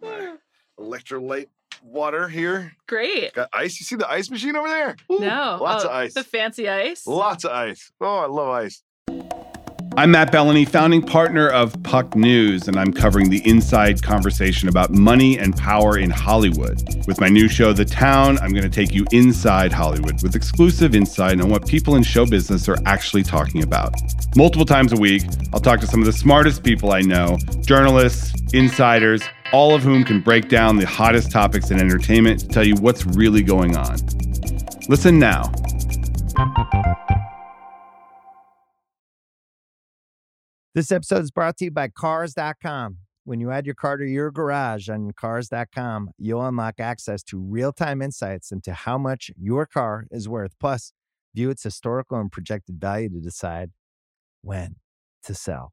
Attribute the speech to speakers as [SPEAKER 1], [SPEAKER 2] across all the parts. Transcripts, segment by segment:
[SPEAKER 1] my electrolyte water here.
[SPEAKER 2] Great.
[SPEAKER 1] Got ice. You see the ice machine over there? Ooh,
[SPEAKER 2] no.
[SPEAKER 1] Lots
[SPEAKER 2] Oh,
[SPEAKER 1] of ice.
[SPEAKER 2] The fancy ice.
[SPEAKER 1] Lots of ice. Oh, I love ice.
[SPEAKER 3] I'm Matt Bellany, founding partner of Puck News, and I'm covering the inside conversation about money and power in Hollywood. With my new show, The Town, I'm going to take you inside Hollywood with exclusive insight on what people in show business are actually talking about. Multiple times a week, I'll talk to some of the smartest people I know journalists, insiders, all of whom can break down the hottest topics in entertainment to tell you what's really going on. Listen now.
[SPEAKER 4] This episode is brought to you by Cars.com. When you add your car to your garage on Cars.com, you'll unlock access to real time insights into how much your car is worth, plus, view its historical and projected value to decide when to sell.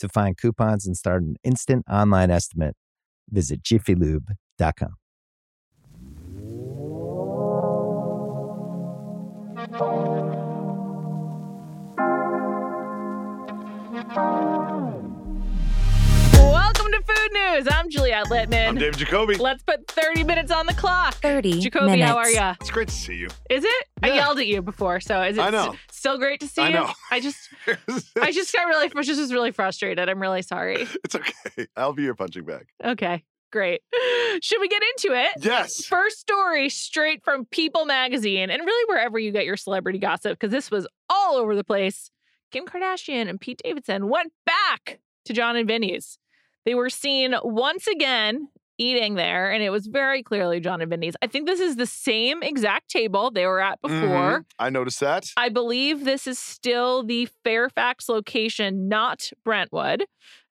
[SPEAKER 4] To find coupons and start an instant online estimate, visit jiffylube.com.
[SPEAKER 2] Welcome to Food News. I'm Juliette Littman.
[SPEAKER 1] I'm Dave Jacoby.
[SPEAKER 2] Let's put 30 minutes on the clock.
[SPEAKER 5] 30
[SPEAKER 2] Jacoby,
[SPEAKER 5] minutes.
[SPEAKER 2] how are ya?
[SPEAKER 1] It's great to see you.
[SPEAKER 2] Is it? I
[SPEAKER 1] Yeah.
[SPEAKER 2] yelled at you before, so is it
[SPEAKER 1] I
[SPEAKER 2] s-
[SPEAKER 1] know.
[SPEAKER 2] still great to see
[SPEAKER 1] I
[SPEAKER 2] you?
[SPEAKER 1] know.
[SPEAKER 2] I just I just got really I just was really frustrated. I'm really sorry.
[SPEAKER 1] It's okay. I'll be your punching bag.
[SPEAKER 2] Okay. Great. Should we get into it?
[SPEAKER 1] Yes.
[SPEAKER 2] First story straight from People magazine and really wherever you get your celebrity gossip because this was all over the place. Kim Kardashian and Pete Davidson went back to John and Vinny's. They were seen once again eating there and it was very clearly John and Vinny's. I think this is the same exact table they were at before.
[SPEAKER 1] Mhm. I noticed that.
[SPEAKER 2] I believe this is still the Fairfax location, not Brentwood.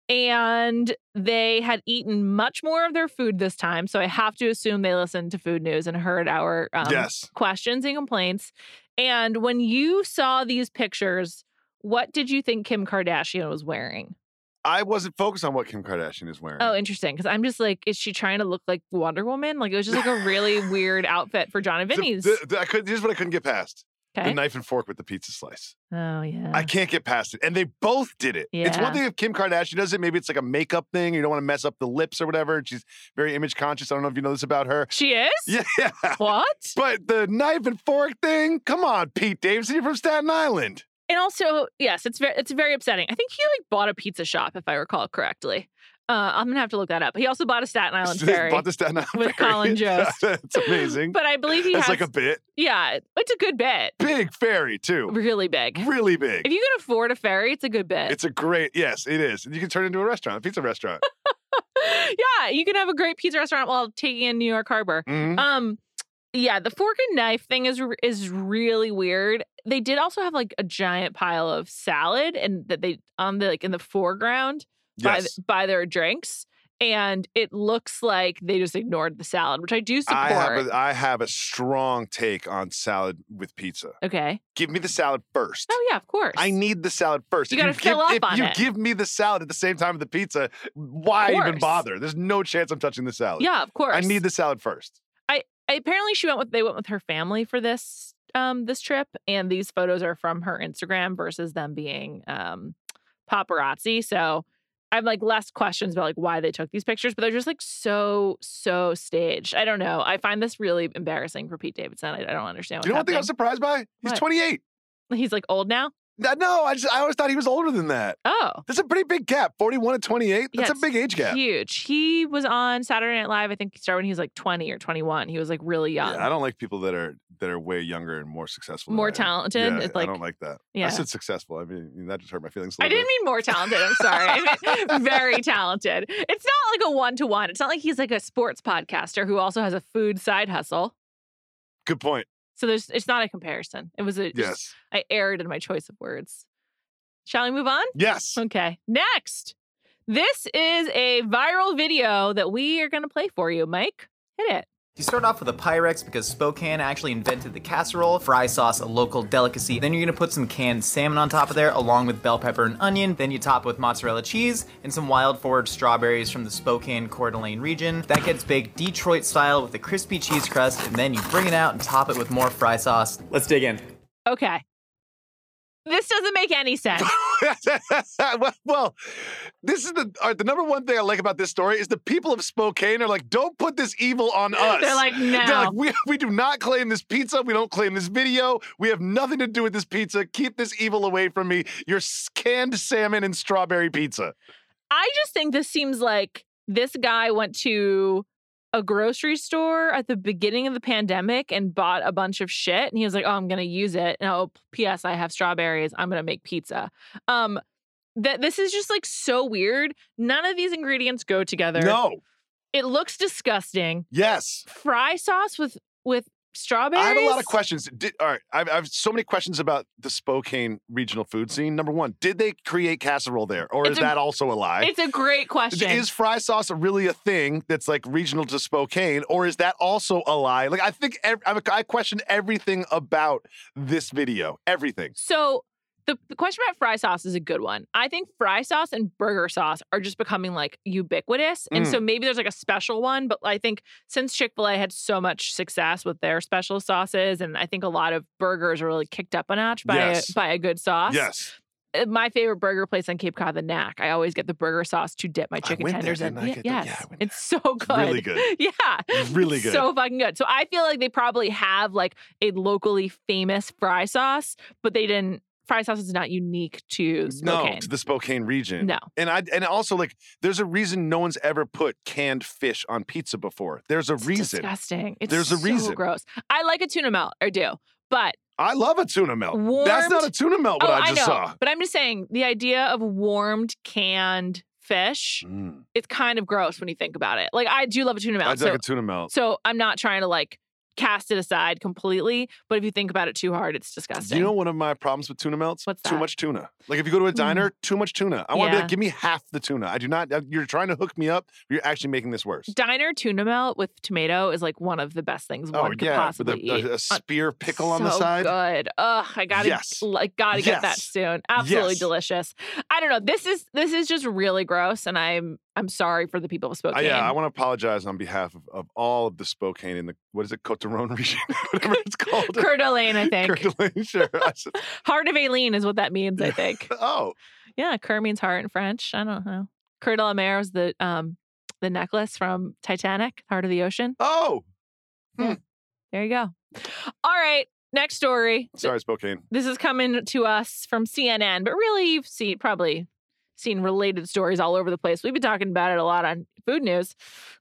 [SPEAKER 2] And they had eaten much more of their food this time. So I have to assume they listened to food news and heard our um,
[SPEAKER 1] yes.
[SPEAKER 2] questions and complaints. And when you saw these pictures, what did you think Kim Kardashian was wearing?
[SPEAKER 1] I wasn't focused on what Kim Kardashian is wearing.
[SPEAKER 2] Oh, interesting. Because I'm just like, is she trying to look like Wonder Woman? Like it was just like a really weird outfit for John and
[SPEAKER 1] The-
[SPEAKER 2] Vinny's.
[SPEAKER 1] the- the- I could, here's what I couldn't get past
[SPEAKER 2] Okay.
[SPEAKER 1] the knife and fork with the pizza slice.
[SPEAKER 2] oh yeah.
[SPEAKER 1] I can't get past it. And they both did it. It's
[SPEAKER 2] Yeah.
[SPEAKER 1] one thing if Kim Kardashian does it. Maybe it's like a makeup thing. You don't want to mess up the lips or whatever. and She's very image conscious. I don't know if you know this about her.
[SPEAKER 2] she is.
[SPEAKER 1] Yeah.
[SPEAKER 2] What?
[SPEAKER 1] But the knife and fork thing, come on, Pete Davidson, you're from Staten Island.
[SPEAKER 2] and also yes it's very it's very upsetting i think he like bought a pizza shop if i recall correctly uh, i'm gonna have to look that up he also bought a staten island ferry
[SPEAKER 1] Bought the Staten Island
[SPEAKER 2] with
[SPEAKER 1] Ferry.
[SPEAKER 2] Colin Jost.
[SPEAKER 1] That's amazing.
[SPEAKER 2] but i believe he
[SPEAKER 1] That's
[SPEAKER 2] has
[SPEAKER 1] like a bit.
[SPEAKER 2] yeah it's a good bit
[SPEAKER 1] Big ferry, too.
[SPEAKER 2] really big
[SPEAKER 1] Really big.
[SPEAKER 2] if you can afford a ferry it's a good bit
[SPEAKER 1] It's a great, yes, it is. You can turn it into a restaurant, a pizza restaurant.
[SPEAKER 2] yeah you can have a great pizza restaurant while taking in new york harbor
[SPEAKER 1] Mhm.
[SPEAKER 2] um yeah the fork and knife thing is r- is really weird they did also have like a giant pile of salad and that they on the like in the foreground by, th-
[SPEAKER 1] yes.
[SPEAKER 2] by their drinks. And it looks like they just ignored the salad, which I do support.
[SPEAKER 1] I have, a, I have a strong take on salad with pizza.
[SPEAKER 2] okay.
[SPEAKER 1] Give me the salad first.
[SPEAKER 2] Oh yeah, of course.
[SPEAKER 1] I need the salad first.
[SPEAKER 2] You
[SPEAKER 1] If
[SPEAKER 2] gotta fill
[SPEAKER 1] give,
[SPEAKER 2] up
[SPEAKER 1] if
[SPEAKER 2] on
[SPEAKER 1] you
[SPEAKER 2] it.
[SPEAKER 1] give me the salad at the same time as the pizza, why even
[SPEAKER 2] course.
[SPEAKER 1] bother? There's no chance I'm touching the salad.
[SPEAKER 2] Yeah, of course.
[SPEAKER 1] I need the salad first.
[SPEAKER 2] I- apparently, she went with they went with her family for this um this trip, and these photos are from her Instagram versus them being um paparazzi. So I have like less questions about like why they took these pictures, but they're just like so so staged. I don't know. I find this really embarrassing for Pete Davidson. I, I don't understand. What's
[SPEAKER 1] Do you know one thing I'm
[SPEAKER 2] happening.
[SPEAKER 1] surprised by? He's
[SPEAKER 2] What?
[SPEAKER 1] 28.
[SPEAKER 2] He's like old now.
[SPEAKER 1] No, I just I always thought he was older than that.
[SPEAKER 2] Oh,
[SPEAKER 1] That's a pretty big gap. 41 to 28. That's a
[SPEAKER 2] Yes.
[SPEAKER 1] big age gap.
[SPEAKER 2] huge. He was on Saturday Night Live. I think he started when he was like 20 or 21. He was like really young.
[SPEAKER 1] I don't like people that are that are way younger and more successful. than I
[SPEAKER 2] more
[SPEAKER 1] am.
[SPEAKER 2] talented.
[SPEAKER 1] Yeah,
[SPEAKER 2] it's
[SPEAKER 1] I
[SPEAKER 2] like,
[SPEAKER 1] don't like that.
[SPEAKER 2] yeah.
[SPEAKER 1] I said successful. I mean, that just hurt my feelings. a
[SPEAKER 2] I
[SPEAKER 1] little
[SPEAKER 2] didn't mean more talented. I'm sorry. I mean very talented. It's not like a one to one. It's not like he's like a sports podcaster who also has a food side hustle.
[SPEAKER 1] bit. Good point.
[SPEAKER 2] So there's, it's not a comparison. It was a, just-
[SPEAKER 1] Yes.
[SPEAKER 2] I erred in my choice of words. Shall we move on?
[SPEAKER 1] Yes.
[SPEAKER 2] Okay. Next, this is a viral video that we are going to play for you, Mike. Hit it.
[SPEAKER 5] You start off with a Pyrex because Spokane actually invented the casserole, fry sauce, a local delicacy. Then you're gonna put some canned salmon on top of there, along with bell pepper and onion. Then you top with mozzarella cheese and some wild foraged strawberries from the Spokane Coeur d'Alene region. That gets baked Detroit style with a crispy cheese crust, and then you bring it out and top it with more fry sauce. Let's dig in.
[SPEAKER 2] Okay. This doesn't make any sense.
[SPEAKER 1] well, well, this is the all right, the number one thing I like about this story is the people of Spokane are like, don't put this evil on us.
[SPEAKER 2] They're like, no.
[SPEAKER 1] They're like, we, we do not claim this pizza. We don't claim this video. We have nothing to do with this pizza. Keep this evil away from me. Your s- canned salmon and strawberry pizza.
[SPEAKER 2] I just think this seems like this guy went to a grocery store at the beginning of the pandemic and bought a bunch of shit and he was like, "Oh, I'm going to use it." And oh, PS, I have strawberries. I'm going to make pizza. Um that this is just like so weird. None of these ingredients go together.
[SPEAKER 1] No.
[SPEAKER 2] It looks disgusting.
[SPEAKER 1] Yes.
[SPEAKER 2] Fry sauce with with strawberries?
[SPEAKER 1] I have a lot of questions. Did, all right, I have, I have so many questions about the Spokane regional food scene. Number one, did they create casserole there, or
[SPEAKER 2] It's
[SPEAKER 1] is
[SPEAKER 2] a-
[SPEAKER 1] that also a lie?
[SPEAKER 2] It's a great
[SPEAKER 1] Is-
[SPEAKER 2] question.
[SPEAKER 1] Is fry sauce really a thing that's like regional to Spokane, or is that also a lie? Like, I think ev- I'm- I question everything about this video. Everything.
[SPEAKER 2] So the, the question about fry sauce is a good one. I think fry sauce and burger sauce are just becoming like ubiquitous. And
[SPEAKER 1] Mm.
[SPEAKER 2] so maybe there's like a special one, but I think since Chick-fil-A had so much success with their special sauces, and I think a lot of burgers are really kicked up a notch by
[SPEAKER 1] Yes.
[SPEAKER 2] a, by a good sauce.
[SPEAKER 1] Yes.
[SPEAKER 2] Uh, My favorite burger place on Cape Cod, the Knack. I always get the burger sauce to dip my chicken
[SPEAKER 1] went there,
[SPEAKER 2] tenders in.
[SPEAKER 1] didn't I?
[SPEAKER 2] Ye-
[SPEAKER 1] Get the- yeah,
[SPEAKER 2] yes.
[SPEAKER 1] I went
[SPEAKER 2] it's so good.
[SPEAKER 1] really good.
[SPEAKER 2] yeah.
[SPEAKER 1] Really
[SPEAKER 2] It's
[SPEAKER 1] good.
[SPEAKER 2] So fucking good. So I feel like they probably have like a locally famous fry sauce, but they didn't. Fry sauce is not unique to
[SPEAKER 1] no,
[SPEAKER 2] Spokane.
[SPEAKER 1] to the Spokane region.
[SPEAKER 2] No.
[SPEAKER 1] And I and also like there's a reason no one's ever put canned fish on pizza before. There's a
[SPEAKER 2] It's
[SPEAKER 1] reason.
[SPEAKER 2] disgusting. It's
[SPEAKER 1] There's a
[SPEAKER 2] so
[SPEAKER 1] reason.
[SPEAKER 2] gross. I like a tuna melt. I do, but
[SPEAKER 1] I love a tuna melt. That's not
[SPEAKER 2] Warmed-
[SPEAKER 1] a tuna melt. What
[SPEAKER 2] oh,
[SPEAKER 1] I
[SPEAKER 2] know.
[SPEAKER 1] just saw.
[SPEAKER 2] But I'm just saying the idea of warmed canned fish.
[SPEAKER 1] Mm.
[SPEAKER 2] It's kind of gross when you think about it. Like I do love a tuna melt.
[SPEAKER 1] I'd
[SPEAKER 2] so
[SPEAKER 1] like a tuna melt.
[SPEAKER 2] So I'm not trying to like cast it aside completely, but if you think about it too hard, it's disgusting.
[SPEAKER 1] You know one of my problems with tuna melts?
[SPEAKER 2] What's
[SPEAKER 1] Too
[SPEAKER 2] that? Hmm.
[SPEAKER 1] much tuna. Like if you go to a diner, too much tuna. I want to be
[SPEAKER 2] Yeah.
[SPEAKER 1] like, give me half the tuna. I do not. uh, You're trying to hook me up. but You're actually making this worse.
[SPEAKER 2] diner tuna melt with tomato is like one of the best things one
[SPEAKER 1] Oh
[SPEAKER 2] could
[SPEAKER 1] yeah, with
[SPEAKER 2] possibly eat.
[SPEAKER 1] a- a, a
[SPEAKER 2] Uh,
[SPEAKER 1] spear pickle on the
[SPEAKER 2] so
[SPEAKER 1] side.
[SPEAKER 2] Good. Ugh, I gotta
[SPEAKER 1] Yes.
[SPEAKER 2] like gotta get that
[SPEAKER 1] Yes.
[SPEAKER 2] soon. Absolutely
[SPEAKER 1] Yes.
[SPEAKER 2] delicious. I don't know. This is this is just really gross, and I'm I'm sorry for the people of
[SPEAKER 1] Uh,
[SPEAKER 2] Spokane.
[SPEAKER 1] yeah, I want to apologize on behalf of, of all of the Spokane and the what is it, Cote d'Aron region, whatever it's called.
[SPEAKER 2] Coeur d'Alene, I think.
[SPEAKER 1] Coeur d'Alene, sure. I said,
[SPEAKER 2] Heart of Aileen is what that means, I think.
[SPEAKER 1] oh,
[SPEAKER 2] yeah, Coeur means heart in French. I don't know. Coeur de la Mer was the um the necklace from Titanic, Heart of the Ocean.
[SPEAKER 1] oh.
[SPEAKER 2] There you go. All right, next story.
[SPEAKER 1] Sorry, Spokane.
[SPEAKER 2] This is coming to us from CNN, but really you've seen probably seen related stories all over the place. We've been talking about it a lot on food news.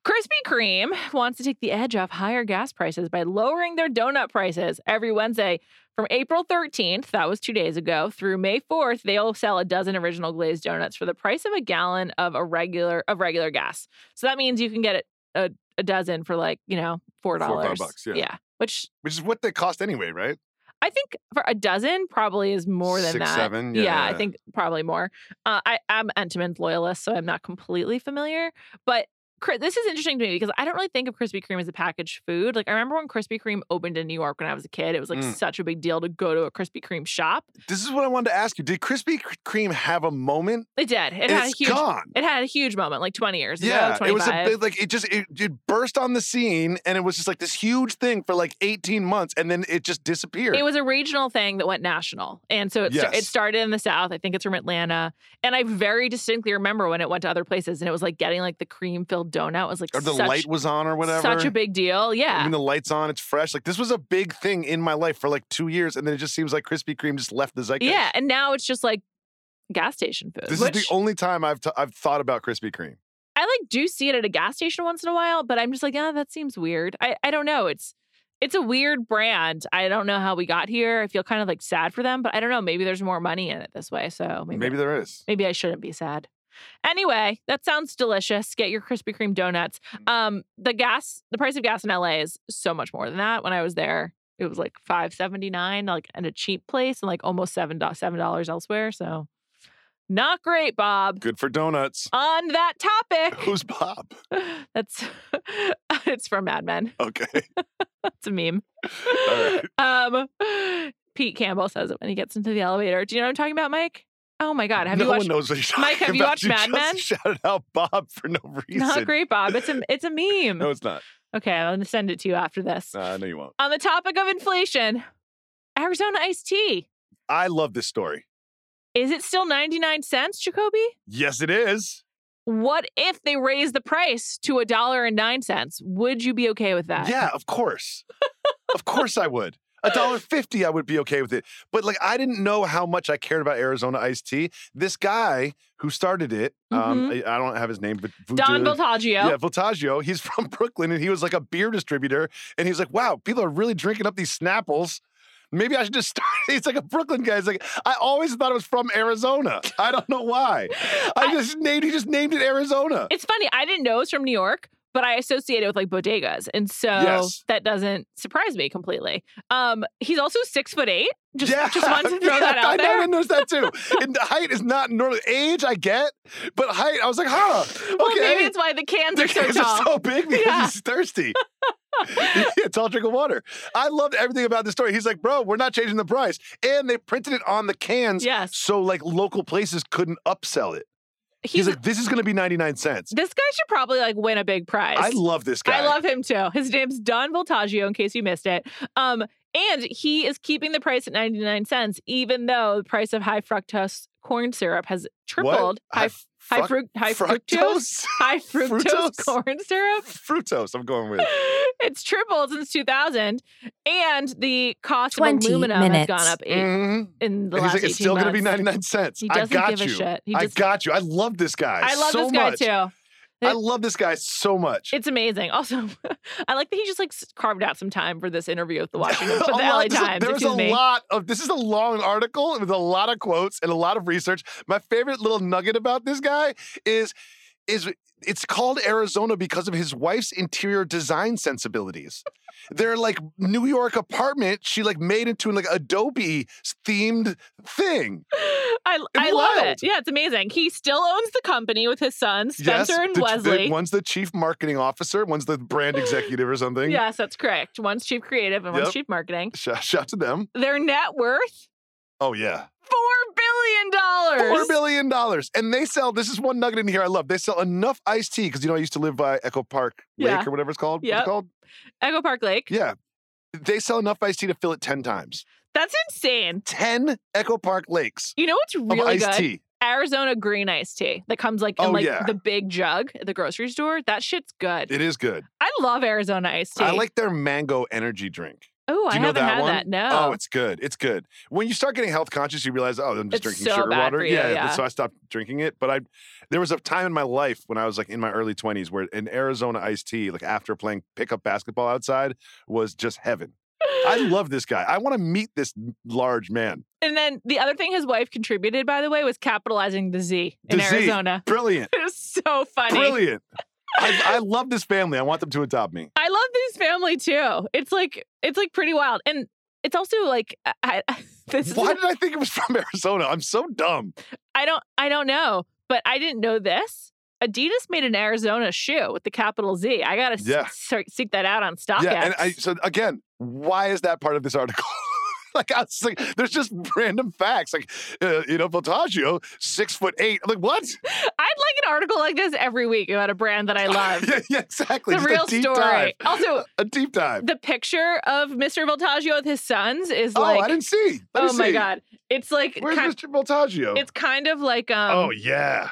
[SPEAKER 2] Krispy Kreme wants to take the edge off higher gas prices by lowering their donut prices every Wednesday from April 13th, that was 2 days ago, through May 4th, they'll sell a dozen original glazed donuts for the price of a gallon of a regular of regular gas. So that means you can get a, a, a dozen for like, you know, $4.
[SPEAKER 1] bucks, yeah.
[SPEAKER 2] yeah. Which
[SPEAKER 1] Which is what they cost anyway, right?
[SPEAKER 2] I think for a dozen probably is more than
[SPEAKER 1] Six,
[SPEAKER 2] that.
[SPEAKER 1] seven? Yeah,
[SPEAKER 2] I
[SPEAKER 1] yeah.
[SPEAKER 2] think probably more. Uh, I am Entenmann's loyalist, so I'm not completely familiar. But Cri- this is interesting to me because I don't really think of Krispy Kreme as a packaged food. Like I remember when Krispy Kreme opened in New York when I was a kid, it was like
[SPEAKER 1] Mm.
[SPEAKER 2] such a big deal to go to a Krispy Kreme shop.
[SPEAKER 1] This is what I wanted to ask you. Did Krispy Kreme have a moment?
[SPEAKER 2] It did.
[SPEAKER 1] It's
[SPEAKER 2] It had a huge.
[SPEAKER 1] gone.
[SPEAKER 2] It had a huge moment, like 20 years ago.
[SPEAKER 1] Yeah,
[SPEAKER 2] 25.
[SPEAKER 1] it was a big, like it just it, it burst on the scene and it was just like this huge thing for like 18 months and then it just disappeared.
[SPEAKER 2] It was a regional thing that went national. And so it, sta- it
[SPEAKER 1] Yes.
[SPEAKER 2] started in the South. I think it's from Atlanta. And I very distinctly remember when it went to other places and it was like getting like the cream filled donut was like
[SPEAKER 1] or the
[SPEAKER 2] such,
[SPEAKER 1] light was on or whatever.
[SPEAKER 2] such a big deal.
[SPEAKER 1] I
[SPEAKER 2] Yeah.
[SPEAKER 1] mean, the light's on, it's fresh. Like, this was a big thing in my life for like two years. And then it just seems like Krispy Kreme just left the zeitgeist.
[SPEAKER 2] yeah. And now it's just like gas station food.
[SPEAKER 1] This
[SPEAKER 2] which
[SPEAKER 1] is the only time I've, t- I've thought about Krispy Kreme.
[SPEAKER 2] I like do see it at a gas station once in a while, but I'm just like, ah, that seems weird. I, I don't know. It's it's a weird brand. I don't know how we got here. I feel kind of like sad for them, but I don't know. Maybe there's more money in it this way. So maybe
[SPEAKER 1] Maybe, there is.
[SPEAKER 2] Maybe I shouldn't be sad. Anyway, that sounds delicious. Get your Krispy Kreme donuts.
[SPEAKER 1] Mm.
[SPEAKER 2] Um, the gas, the price of gas in LA is so much more than that. When I was there, it was like five seventy nine, like in a cheap place, and like almost seven do- seven dollars elsewhere. So, not great, Bob.
[SPEAKER 1] Good for donuts.
[SPEAKER 2] On that topic,
[SPEAKER 1] Who's Bob?
[SPEAKER 2] that's it's from Mad Men.
[SPEAKER 1] Okay.
[SPEAKER 2] It's a meme.
[SPEAKER 1] right.
[SPEAKER 2] Um, Pete Campbell says it when he gets into the elevator. Do you know what I'm talking about, Mike? Oh my God, have
[SPEAKER 1] no
[SPEAKER 2] you watched
[SPEAKER 1] one knows what you're talking
[SPEAKER 2] Mike, have you
[SPEAKER 1] about.
[SPEAKER 2] watched Mad Men?
[SPEAKER 1] just shouted out Bob for no reason.
[SPEAKER 2] Not great, Bob. It's a it's a meme.
[SPEAKER 1] No, it's not.
[SPEAKER 2] Okay, I'm gonna send it to you after this.
[SPEAKER 1] Uh, no, you won't.
[SPEAKER 2] On the topic of inflation, Arizona iced tea.
[SPEAKER 1] I love this story.
[SPEAKER 2] Is it still 99 cents, Jacoby?
[SPEAKER 1] Yes, it is.
[SPEAKER 2] What if they raise the price to a dollar and nine cents? Would you be okay with that?
[SPEAKER 1] Yeah, of course. of course I would. A dollar fifty, I would be okay with it. But like, I didn't know how much I cared about Arizona iced tea. This guy who started it, um, I, I don't have his name, but
[SPEAKER 2] Mm-hmm. Don
[SPEAKER 1] Vudu-
[SPEAKER 2] Voltaggio.
[SPEAKER 1] Yeah, Voltaggio. He's from Brooklyn, and he was like a beer distributor. And he's like, "Wow, people are really drinking up these Snapples. Maybe I should just start." He's like a Brooklyn guy. He's like, "I always thought it was from Arizona. I don't know why. I
[SPEAKER 2] I-
[SPEAKER 1] just named. He just named it Arizona."
[SPEAKER 2] It's funny, I didn't know it's from New York, but I associate it with like bodegas. And so
[SPEAKER 1] Yes.
[SPEAKER 2] that doesn't surprise me completely. Um, he's also six foot eight. Just just wanted to throw
[SPEAKER 1] yeah,
[SPEAKER 2] that out
[SPEAKER 1] I know,
[SPEAKER 2] there.
[SPEAKER 1] I noticed that too. and height is not normal. Age, I get, but height, I was like, huh? Okay,
[SPEAKER 2] Well, maybe it's why the cans
[SPEAKER 1] the
[SPEAKER 2] are so
[SPEAKER 1] kids
[SPEAKER 2] tall.
[SPEAKER 1] are so big because
[SPEAKER 2] Yeah.
[SPEAKER 1] he's thirsty. it's all drink of water. I loved everything about the story. He's like, bro, we're not changing the price, and they printed it on the cans,
[SPEAKER 2] Yes.
[SPEAKER 1] so like local places couldn't upsell it. He's,
[SPEAKER 2] he's
[SPEAKER 1] like, this is going to be ninety nine cents.
[SPEAKER 2] This guy should probably like win a big prize.
[SPEAKER 1] I love this guy.
[SPEAKER 2] I love him too. His name's Don Voltaggio, in case you missed it. Um, and he is keeping the price at 99 cents, even though the price of high fructose corn syrup has
[SPEAKER 1] What?
[SPEAKER 2] tripled. High,
[SPEAKER 1] High
[SPEAKER 2] high,
[SPEAKER 1] fruct-
[SPEAKER 2] fruct high fructose,
[SPEAKER 1] fructose.
[SPEAKER 2] high fructose
[SPEAKER 1] Fructose?
[SPEAKER 2] corn syrup.
[SPEAKER 1] Fructose, I'm going with.
[SPEAKER 2] it's tripled since 2000, and the cost of
[SPEAKER 6] 20
[SPEAKER 2] aluminum has
[SPEAKER 6] minutes.
[SPEAKER 2] gone up eight,
[SPEAKER 1] Mhm.
[SPEAKER 2] in the
[SPEAKER 1] And
[SPEAKER 2] last
[SPEAKER 1] he's like, it's
[SPEAKER 2] 18
[SPEAKER 1] still going to
[SPEAKER 2] months.
[SPEAKER 1] be 99 cents.
[SPEAKER 2] He
[SPEAKER 1] I
[SPEAKER 2] doesn't
[SPEAKER 1] got
[SPEAKER 2] give a
[SPEAKER 1] you.
[SPEAKER 2] shit. He
[SPEAKER 1] I
[SPEAKER 2] just-
[SPEAKER 1] got you. I love this guy.
[SPEAKER 2] I love
[SPEAKER 1] so
[SPEAKER 2] this guy
[SPEAKER 1] much.
[SPEAKER 2] too.
[SPEAKER 1] I love this guy so much.
[SPEAKER 2] It's amazing. Also, I like that he just like s- carved out some time for this interview with the Washington,
[SPEAKER 1] A
[SPEAKER 2] for the LA
[SPEAKER 1] lot- this is-
[SPEAKER 2] Times.
[SPEAKER 1] There's a
[SPEAKER 2] excuse me.
[SPEAKER 1] lot of this is a long article with a lot of quotes and a lot of research. My favorite little nugget about this guy is is it's called Arizona because of his wife's interior design sensibilities. Their like New York apartment, she like made into like Adobe themed thing.
[SPEAKER 2] I, I love it. Yeah, it's amazing. He still owns the company with his sons, Spencer and
[SPEAKER 1] the- the-
[SPEAKER 2] Wesley.
[SPEAKER 1] one's the chief marketing officer, one's the brand executive or something.
[SPEAKER 2] yes, that's correct. One's chief creative and
[SPEAKER 1] Yep.
[SPEAKER 2] one's chief marketing.
[SPEAKER 1] Shout, shout to them.
[SPEAKER 2] Their net worth
[SPEAKER 1] Oh yeah.
[SPEAKER 2] four billion dollars.
[SPEAKER 1] Four billion dollars. And they sell this is one nugget in here I love. They sell enough iced tea, because you know I used to live by Echo Park Lake
[SPEAKER 2] Yeah.
[SPEAKER 1] or whatever it's called. What's
[SPEAKER 2] Yep.
[SPEAKER 1] it called?
[SPEAKER 2] Echo Park Lake.
[SPEAKER 1] Yeah. They sell enough iced tea to fill it ten times.
[SPEAKER 2] That's insane.
[SPEAKER 1] Ten Echo Park Lakes
[SPEAKER 2] You know what's
[SPEAKER 1] of
[SPEAKER 2] really
[SPEAKER 1] iced
[SPEAKER 2] good?
[SPEAKER 1] tea.
[SPEAKER 2] Arizona green iced tea that comes like in
[SPEAKER 1] Oh,
[SPEAKER 2] like
[SPEAKER 1] yeah.
[SPEAKER 2] the big jug at the grocery store. That shit's good.
[SPEAKER 1] It is good.
[SPEAKER 2] I love Arizona iced tea.
[SPEAKER 1] I like their mango energy drink.
[SPEAKER 2] Oh,
[SPEAKER 1] Do
[SPEAKER 2] I
[SPEAKER 1] you know
[SPEAKER 2] haven't
[SPEAKER 1] that
[SPEAKER 2] had
[SPEAKER 1] one?
[SPEAKER 2] that. No.
[SPEAKER 1] Oh, it's good. It's good. When you start getting health conscious, you realize, oh, I'm just
[SPEAKER 2] It's
[SPEAKER 1] drinking
[SPEAKER 2] so
[SPEAKER 1] sugar
[SPEAKER 2] bad
[SPEAKER 1] water.
[SPEAKER 2] for you, yeah.
[SPEAKER 1] So I stopped drinking it. But I, there was a time in my life when I was like in my early 20s where an Arizona iced tea, like after playing pickup basketball outside, was just heaven. I love this guy. I want to meet this large man.
[SPEAKER 2] And then the other thing his wife contributed, by the way, was capitalizing the Z in
[SPEAKER 1] The Z.
[SPEAKER 2] Arizona.
[SPEAKER 1] Brilliant.
[SPEAKER 2] It was so funny.
[SPEAKER 1] Brilliant. I, I love this family. I want them to adopt me.
[SPEAKER 2] I love this family too. It's like it's like pretty wild, and it's also like I, I- this. is-
[SPEAKER 1] Why did I think it was from Arizona? I'm so dumb.
[SPEAKER 2] I don't I don't know, but I didn't know this. Adidas made an Arizona shoe with the capital Z. I gotta s-
[SPEAKER 1] Yeah.
[SPEAKER 2] se- seek that out on StockX.
[SPEAKER 1] yeah. And I, so again, why is that part of this article? like, I was like, there's just random facts. Like, uh, you know, Voltaggio, six foot eight. I'm like, what?
[SPEAKER 2] I'd like an article like this every week about a brand that I love.
[SPEAKER 1] yeah, yeah, exactly.
[SPEAKER 2] the
[SPEAKER 1] Just
[SPEAKER 2] real
[SPEAKER 1] a deep
[SPEAKER 2] story.
[SPEAKER 1] dive.
[SPEAKER 2] Also,
[SPEAKER 1] A deep dive.
[SPEAKER 2] the picture of Mr. Voltaggio with his sons is
[SPEAKER 1] oh,
[SPEAKER 2] like
[SPEAKER 1] I didn't see. Let me
[SPEAKER 2] oh my
[SPEAKER 1] see.
[SPEAKER 2] god, it's like
[SPEAKER 1] Where's
[SPEAKER 2] kind,
[SPEAKER 1] Mr. Voltaggio?
[SPEAKER 2] it's kind of like um
[SPEAKER 1] oh, yeah.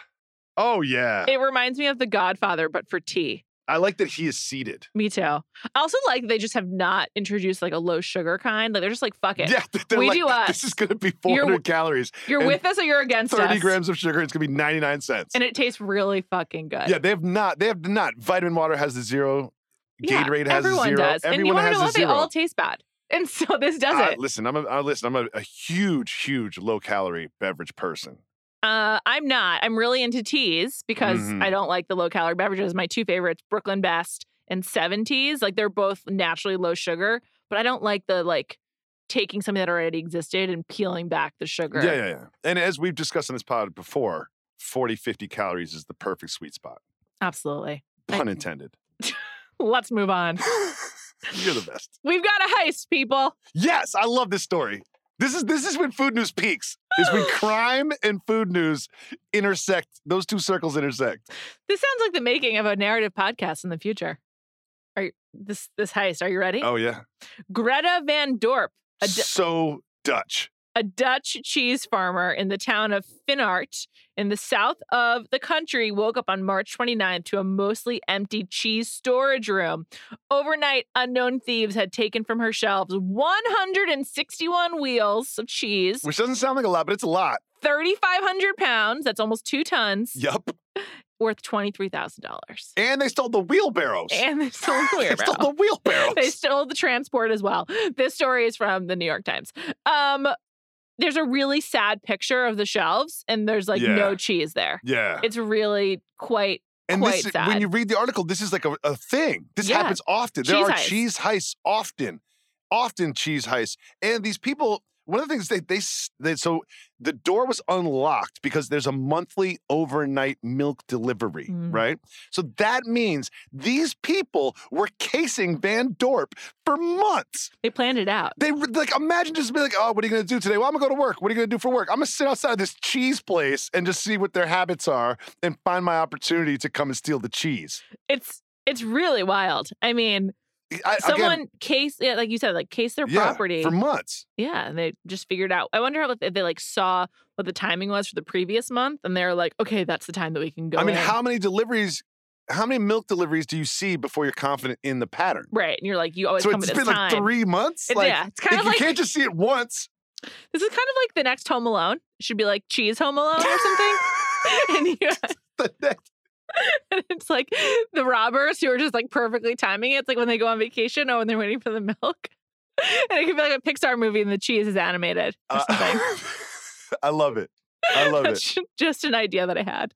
[SPEAKER 1] Oh yeah,
[SPEAKER 2] It reminds me of The Godfather, but for tea.
[SPEAKER 1] I like that he is seated.
[SPEAKER 2] Me too. I also like they just have not introduced like a low sugar kind. Like they're just like, fuck it.
[SPEAKER 1] Yeah, they're
[SPEAKER 2] We
[SPEAKER 1] like,
[SPEAKER 2] do uh, us.
[SPEAKER 1] This is going to be
[SPEAKER 2] You're-
[SPEAKER 1] 400 calories,
[SPEAKER 2] You're
[SPEAKER 1] and
[SPEAKER 2] with us or you're against
[SPEAKER 1] 30
[SPEAKER 2] us.
[SPEAKER 1] grams of sugar. It's going to be 99 cents.
[SPEAKER 2] And it tastes really fucking good.
[SPEAKER 1] yeah, they have not. They have not. Vitamin water has a zero.
[SPEAKER 2] Yeah,
[SPEAKER 1] Gatorade has a
[SPEAKER 2] everyone
[SPEAKER 1] zero.
[SPEAKER 2] does. and you
[SPEAKER 1] Everyone
[SPEAKER 2] want to
[SPEAKER 1] has
[SPEAKER 2] know
[SPEAKER 1] a
[SPEAKER 2] what?
[SPEAKER 1] zero.
[SPEAKER 2] They all taste bad. And so this does
[SPEAKER 1] I-
[SPEAKER 2] it.
[SPEAKER 1] listen, I'm a, I, listen. I'm a, a huge, huge low calorie beverage person.
[SPEAKER 2] Uh, I'm not. I'm really into teas because
[SPEAKER 1] Mhm.
[SPEAKER 2] I don't like the low calorie beverages. My two favorites, Brooklyn Best and Seven Teas, like they're both naturally low sugar, but I don't like the like taking something that already existed and peeling back the sugar.
[SPEAKER 1] Yeah, yeah, yeah. And as we've discussed on this pod before, 40, 50 calories is the perfect sweet spot.
[SPEAKER 2] Absolutely.
[SPEAKER 1] Pun intended.
[SPEAKER 2] Let's move on.
[SPEAKER 1] You're the best.
[SPEAKER 2] We've got a heist, people.
[SPEAKER 1] Yes, I love this story. This is this is when food news peaks. Is when crime and food news intersect. Those two circles intersect.
[SPEAKER 2] This sounds like the making of a narrative podcast in the future. Are you, this this heist? Are you ready?
[SPEAKER 1] Oh yeah.
[SPEAKER 2] Greta Van Dorp, a d-
[SPEAKER 1] so Dutch.
[SPEAKER 2] a Dutch cheese farmer in the town of Finart in the south of the country woke up on March 29th to a mostly empty cheese storage room. Overnight, unknown thieves had taken from her shelves 161 wheels of cheese,
[SPEAKER 1] Which doesn't sound like a lot, but it's a lot.
[SPEAKER 2] 3,500 pounds, that's almost two tons,
[SPEAKER 1] Yup.
[SPEAKER 2] worth $23,000.
[SPEAKER 1] And they stole the wheelbarrows.
[SPEAKER 2] And they stole the
[SPEAKER 1] they
[SPEAKER 2] wheelbarrow.
[SPEAKER 1] stole the wheelbarrows.
[SPEAKER 2] they stole the transport as well. This story is from the New York Times. Um, there's a really sad picture of the shelves, and there's like
[SPEAKER 1] Yeah.
[SPEAKER 2] no cheese there.
[SPEAKER 1] yeah.
[SPEAKER 2] It's really quite.
[SPEAKER 1] And
[SPEAKER 2] quite
[SPEAKER 1] this,
[SPEAKER 2] sad.
[SPEAKER 1] when you read the article, this is like a, a thing. This
[SPEAKER 2] Yeah.
[SPEAKER 1] happens often. There
[SPEAKER 2] Cheese
[SPEAKER 1] are
[SPEAKER 2] heists.
[SPEAKER 1] cheese heists often, often cheese heists. And these people, one of the things they, they s- they so the door was unlocked because there's a monthly overnight milk delivery,
[SPEAKER 2] Mm.
[SPEAKER 1] right? So that means these people were casing Van Dorp for months.
[SPEAKER 2] They planned it out.
[SPEAKER 1] They re- like imagine just be like, oh, what are you gonna do today? Well, I'm gonna go to work. What are you gonna do for work? I'm gonna sit outside of this cheese place and just see what their habits are and find my opportunity to come and steal the cheese.
[SPEAKER 2] It's it's really wild. I mean,
[SPEAKER 1] I,
[SPEAKER 2] someone
[SPEAKER 1] again,
[SPEAKER 2] case yeah, like you said, like case their
[SPEAKER 1] yeah,
[SPEAKER 2] property.
[SPEAKER 1] for months.
[SPEAKER 2] yeah, and they just figured out. I wonder if they like saw what the timing was for the previous month, and they're like, okay, that's the time that we can go.
[SPEAKER 1] I mean,
[SPEAKER 2] in.
[SPEAKER 1] how many deliveries? How many milk deliveries do you see before you're confident in the pattern?
[SPEAKER 2] Right, and you're like, you always
[SPEAKER 1] so
[SPEAKER 2] come
[SPEAKER 1] it's
[SPEAKER 2] at
[SPEAKER 1] been
[SPEAKER 2] this
[SPEAKER 1] like
[SPEAKER 2] time.
[SPEAKER 1] three months.
[SPEAKER 2] It-
[SPEAKER 1] like,
[SPEAKER 2] yeah, it's
[SPEAKER 1] if
[SPEAKER 2] kind of
[SPEAKER 1] you
[SPEAKER 2] like
[SPEAKER 1] can't just see it once.
[SPEAKER 2] This is kind of like the next Home Alone. It should be like Cheese Home Alone or something. and, you,
[SPEAKER 1] the next,
[SPEAKER 2] and it's like the robbers who are just like perfectly timing it. It's like when they go on vacation or when they're waiting for the milk. And it could be like a Pixar movie and the cheese is animated or
[SPEAKER 1] uh,
[SPEAKER 2] something.
[SPEAKER 1] I love it. I love it.
[SPEAKER 2] That's just an idea that I had.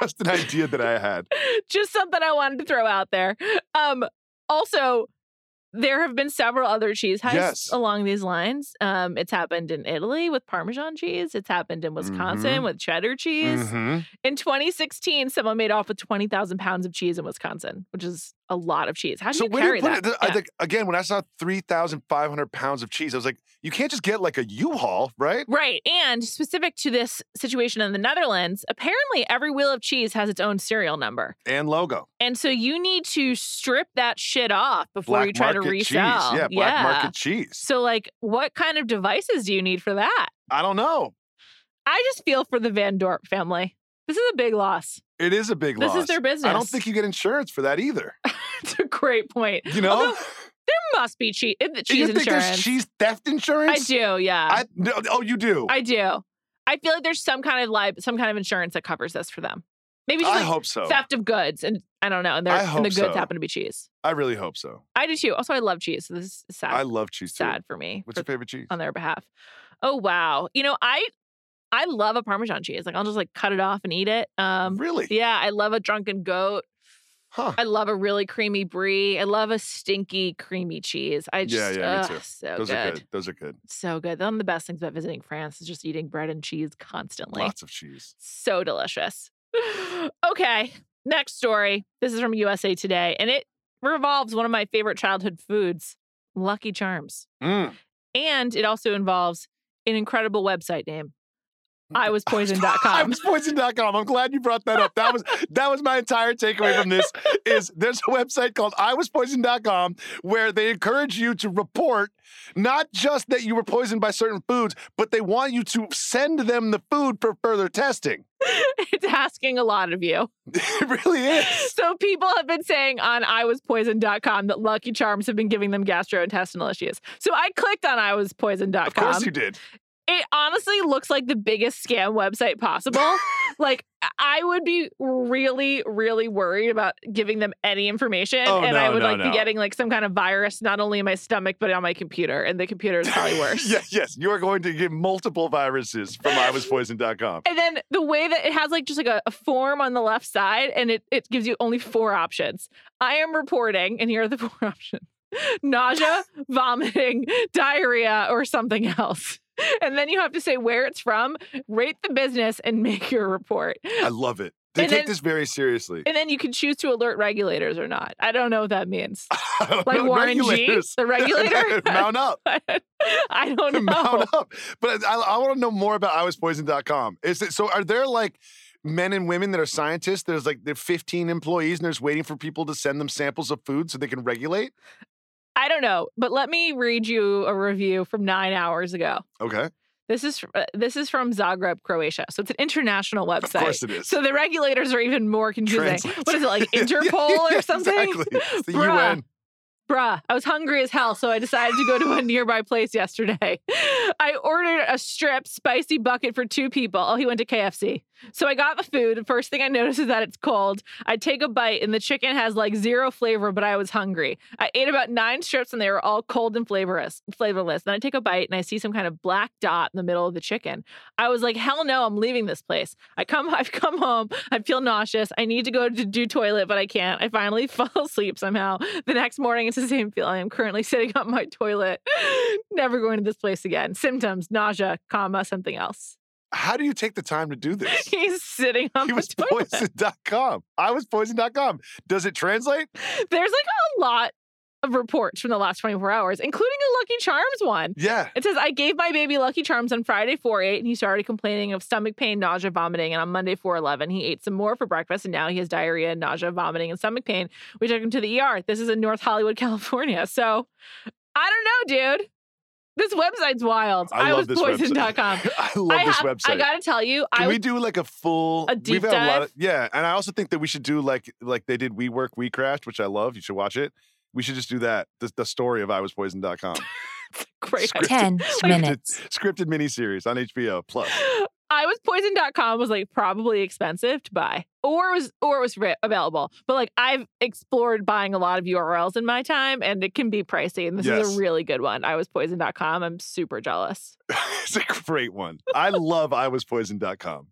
[SPEAKER 1] Just an idea that I had.
[SPEAKER 2] just something I wanted to throw out there. Um, also, there have been several other cheese heists
[SPEAKER 1] Yes.
[SPEAKER 2] along these lines. Um, it's happened in Italy with Parmesan cheese. It's happened in Wisconsin
[SPEAKER 1] Mhm.
[SPEAKER 2] with cheddar cheese.
[SPEAKER 1] Mhm.
[SPEAKER 2] In 2016, someone made off with 20,000 pounds of cheese in Wisconsin, which is a lot of cheese. How do
[SPEAKER 1] So
[SPEAKER 2] you
[SPEAKER 1] when you
[SPEAKER 2] carry
[SPEAKER 1] put
[SPEAKER 2] that?
[SPEAKER 1] it, uh, I
[SPEAKER 2] Yeah.
[SPEAKER 1] think again when I saw three thousand five hundred pounds of cheese, I was like, you can't just get like a U-Haul, right?
[SPEAKER 2] Right. And specific to this situation in the Netherlands, apparently every wheel of cheese has its own serial number.
[SPEAKER 1] And logo,
[SPEAKER 2] And so you need to strip that shit off before
[SPEAKER 1] black
[SPEAKER 2] you try to
[SPEAKER 1] market cheese.
[SPEAKER 2] resell.
[SPEAKER 1] Yeah, black market cheese.
[SPEAKER 2] So, like, what kind of devices do you need for that?
[SPEAKER 1] I don't know.
[SPEAKER 2] I just feel for the Van Dorp family. This is a big loss.
[SPEAKER 1] It is a big
[SPEAKER 2] This
[SPEAKER 1] loss.
[SPEAKER 2] is their business.
[SPEAKER 1] I don't think you get insurance for that either.
[SPEAKER 2] it's a great point.
[SPEAKER 1] You know.
[SPEAKER 2] Although, There must be cheese,
[SPEAKER 1] Do
[SPEAKER 2] cheese
[SPEAKER 1] you think
[SPEAKER 2] insurance.
[SPEAKER 1] there's cheese theft
[SPEAKER 2] I
[SPEAKER 1] insurance?
[SPEAKER 2] do, yeah.
[SPEAKER 1] I no, oh, you do.
[SPEAKER 2] I do. I feel like there's some kind of li- some kind of insurance that covers this for them. Maybe just
[SPEAKER 1] I
[SPEAKER 2] like
[SPEAKER 1] hope so.
[SPEAKER 2] theft of goods, and I don't know, and, they're,
[SPEAKER 1] I
[SPEAKER 2] and the
[SPEAKER 1] hope
[SPEAKER 2] goods
[SPEAKER 1] so.
[SPEAKER 2] happen to be cheese.
[SPEAKER 1] I really hope so.
[SPEAKER 2] I do too. Also, I love cheese, so this is sad.
[SPEAKER 1] I love cheese too.
[SPEAKER 2] sad for me
[SPEAKER 1] What's
[SPEAKER 2] for-
[SPEAKER 1] your favorite cheese?
[SPEAKER 2] on their behalf. Oh wow, you know I I love a Parmesan cheese. Like I'll just like cut it off and eat it. Um,
[SPEAKER 1] really?
[SPEAKER 2] yeah, I love a drunken goat.
[SPEAKER 1] Huh.
[SPEAKER 2] I love a really creamy brie. I love a stinky creamy cheese. I
[SPEAKER 1] Yeah,
[SPEAKER 2] just
[SPEAKER 1] yeah, me
[SPEAKER 2] ugh,
[SPEAKER 1] too.
[SPEAKER 2] so
[SPEAKER 1] Those are
[SPEAKER 2] good.
[SPEAKER 1] good. Those are good.
[SPEAKER 2] so good. One of the best things about visiting France is just eating bread and cheese constantly.
[SPEAKER 1] Lots of cheese.
[SPEAKER 2] So delicious. okay, next story. This is from USA Today, and it revolves one of my favorite childhood foods, Lucky Charms.
[SPEAKER 1] Mm.
[SPEAKER 2] And it also involves an incredible website name,
[SPEAKER 1] uh,
[SPEAKER 2] I was
[SPEAKER 1] I
[SPEAKER 2] poison.com.
[SPEAKER 1] was poison.com. I'm glad you brought that up. That was that was my entire takeaway from this is there's a website called iwaspoison.com where they encourage you to report not just that you were poisoned by certain foods, but they want you to send them the food for further testing.
[SPEAKER 2] it's asking a lot of you.
[SPEAKER 1] It really is.
[SPEAKER 2] So people have been saying on iwaspoison.com that Lucky Charms have been giving them gastrointestinal issues. So I clicked on iwaspoison.com.
[SPEAKER 1] Of course you did.
[SPEAKER 2] it honestly looks like the biggest scam website possible. like I would be really, really worried about giving them any information,
[SPEAKER 1] Oh,
[SPEAKER 2] and
[SPEAKER 1] no,
[SPEAKER 2] I would
[SPEAKER 1] no,
[SPEAKER 2] like
[SPEAKER 1] no.
[SPEAKER 2] be getting like some kind of virus not only in my stomach but on my computer, and the computer is probably worse.
[SPEAKER 1] yes, yes. You are going to get multiple viruses from iwaspoison.com.
[SPEAKER 2] And then the way that it has like just like a, a form on the left side, and it, it gives you only four options. I am reporting, and here are the four options nausea, vomiting, diarrhea, or something else. And then you have to say where it's from, rate the business, and make your report.
[SPEAKER 1] I love it. They
[SPEAKER 2] And
[SPEAKER 1] take
[SPEAKER 2] then-
[SPEAKER 1] this very seriously.
[SPEAKER 2] And then you can choose to alert regulators or not. I don't know what that means. Like Warren G,
[SPEAKER 1] Regulators.
[SPEAKER 2] the regulator?
[SPEAKER 1] Mount up.
[SPEAKER 2] I don't know.
[SPEAKER 1] Mount up. But I, I want to know more about iwaspoison.com. Is it so? Are there like men and women that are scientists? There's like there are 15 employees, and there's waiting for people to send them samples of food so they can regulate.
[SPEAKER 2] I don't know. But let me read you a review from nine hours ago.
[SPEAKER 1] Okay,
[SPEAKER 2] This is fr- uh, this is from Zagreb, Croatia. So it's an international
[SPEAKER 1] of
[SPEAKER 2] website.
[SPEAKER 1] course it is.
[SPEAKER 2] So the regulators are even more confusing.
[SPEAKER 1] Translate.
[SPEAKER 2] What is it like
[SPEAKER 1] Yeah, yeah,
[SPEAKER 2] Interpol
[SPEAKER 1] yeah,
[SPEAKER 2] or something?
[SPEAKER 1] Exactly. It's the
[SPEAKER 2] Bruh.
[SPEAKER 1] UN.
[SPEAKER 2] Bruh, I was hungry as hell, so I decided to go to a nearby place yesterday. I ordered a strip spicy bucket for two people. Oh, he went to KFC. So I got the food. and First thing I noticed is that it's cold. I take a bite, and the chicken has like zero flavor, but I was hungry. I ate about nine strips, and they were all cold and flavorless. Flavorless. Then I take a bite, and I see some kind of black dot in the middle of the chicken. I was like, hell no, I'm leaving this place. I come, I've come home. I feel nauseous. I need to go to do toilet, but I can't. I finally fall asleep somehow. The next morning, it's the same feeling. I'm currently sitting on my toilet, never going to this place again. Symptoms: nausea, comma, something else.
[SPEAKER 1] How do you take the time to do this?
[SPEAKER 2] He's sitting on
[SPEAKER 1] He
[SPEAKER 2] the
[SPEAKER 1] was
[SPEAKER 2] toilet.
[SPEAKER 1] poison.com. I was poison.com. Does it translate?
[SPEAKER 2] There's like a lot of reports from the last 24 hours, including a Lucky Charms one.
[SPEAKER 1] Yeah.
[SPEAKER 2] It says, I gave my baby Lucky Charms on Friday 4 8, and he started complaining of stomach pain, nausea, vomiting. And on Monday 4 11, he ate some more for breakfast, and now he has diarrhea, nausea, vomiting, and stomach pain. We took him to the ER. This is in North Hollywood, California. So I don't know, dude. This website's wild.
[SPEAKER 1] I, love
[SPEAKER 2] was
[SPEAKER 1] this
[SPEAKER 2] poison.com.
[SPEAKER 1] website. I love
[SPEAKER 2] I
[SPEAKER 1] this
[SPEAKER 2] have-
[SPEAKER 1] website.
[SPEAKER 2] I gotta tell you,
[SPEAKER 1] Can
[SPEAKER 2] I
[SPEAKER 1] we do like a full
[SPEAKER 2] A deep
[SPEAKER 1] we've had
[SPEAKER 2] dive?
[SPEAKER 1] of, yeah, and I also think that we should do like like they did We Work We Crashed, which I love. You should watch it. We should just do that. The, the story of iwaspoison.com.
[SPEAKER 2] great.
[SPEAKER 1] scripted-
[SPEAKER 6] 10
[SPEAKER 1] scripted-
[SPEAKER 6] minutes.
[SPEAKER 1] Scripted miniseries on HBO Plus.
[SPEAKER 2] I was poison.com was like probably expensive to buy or it was or it was re- available. But like I've explored buying a lot of URLs in my time and it can be pricey and this is
[SPEAKER 1] Yes.
[SPEAKER 2] a really good one. I was poison.com. I'm super jealous.
[SPEAKER 1] it's a great one. I love iwaspoison.com.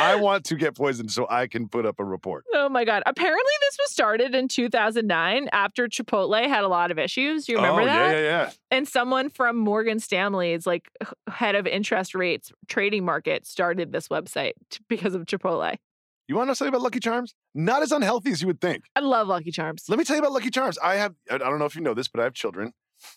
[SPEAKER 1] I want to get poisoned so I can put up a report.
[SPEAKER 2] Oh my god. Apparently this was started in 2009 after Chipotle had a lot of issues. Do you remember
[SPEAKER 1] oh,
[SPEAKER 2] that?
[SPEAKER 1] Yeah, yeah,
[SPEAKER 2] And someone from Morgan Stanley's like h- head of interest rates trading market started this website t- because of Chipotle.
[SPEAKER 1] yeah. You want to know something about Lucky Charms? Not as unhealthy as you would think.
[SPEAKER 2] I love Lucky Charms.
[SPEAKER 1] Let me tell you about Lucky Charms. I have, I I don't know if you know this, but I have children.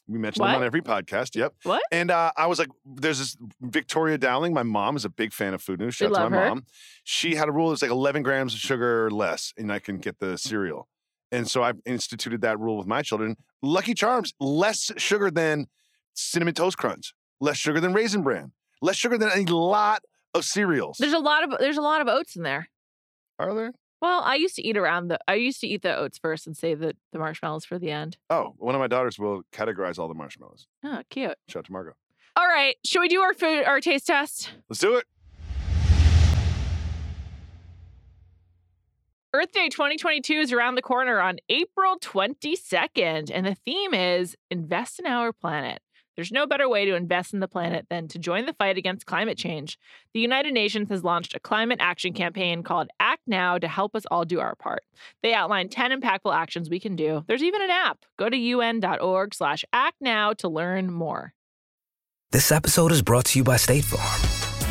[SPEAKER 1] We mention them
[SPEAKER 2] What?
[SPEAKER 1] on every podcast. Yep.
[SPEAKER 2] What?
[SPEAKER 1] And uh, I was like, there's this Victoria Dowling. My mom is a big fan of food news.
[SPEAKER 2] We
[SPEAKER 1] Shout out to
[SPEAKER 2] love
[SPEAKER 1] my
[SPEAKER 2] her.
[SPEAKER 1] mom. She had a rule it was like 11 grams of sugar or less, and I can get the cereal. And so I've instituted that rule with my children. Lucky Charms, less sugar than Cinnamon Toast Crunch, less sugar than Raisin Bran, less sugar than a lot of cereals.
[SPEAKER 2] There's a lot of there's a lot of oats in there.
[SPEAKER 1] Are there?
[SPEAKER 2] Well, I used to eat around the. I used to eat the oats first and save the, the marshmallows for the end.
[SPEAKER 1] Oh, one of my daughters will categorize all the marshmallows.
[SPEAKER 2] Oh, cute.
[SPEAKER 1] Shout out to Margot.
[SPEAKER 2] All right, should we do our food, our taste test?
[SPEAKER 1] Let's do it.
[SPEAKER 2] Earth Day 2022 is around the corner on April 22nd, and the theme is invest in our planet. There's no better way to invest in the planet than to join the fight against climate change. The United Nations has launched a climate action campaign called Act Now to help us all do our part. They outline 10 impactful actions we can do. There's even an app. Go to un.org slash act now to learn more.
[SPEAKER 7] This episode is brought to you by State Farm.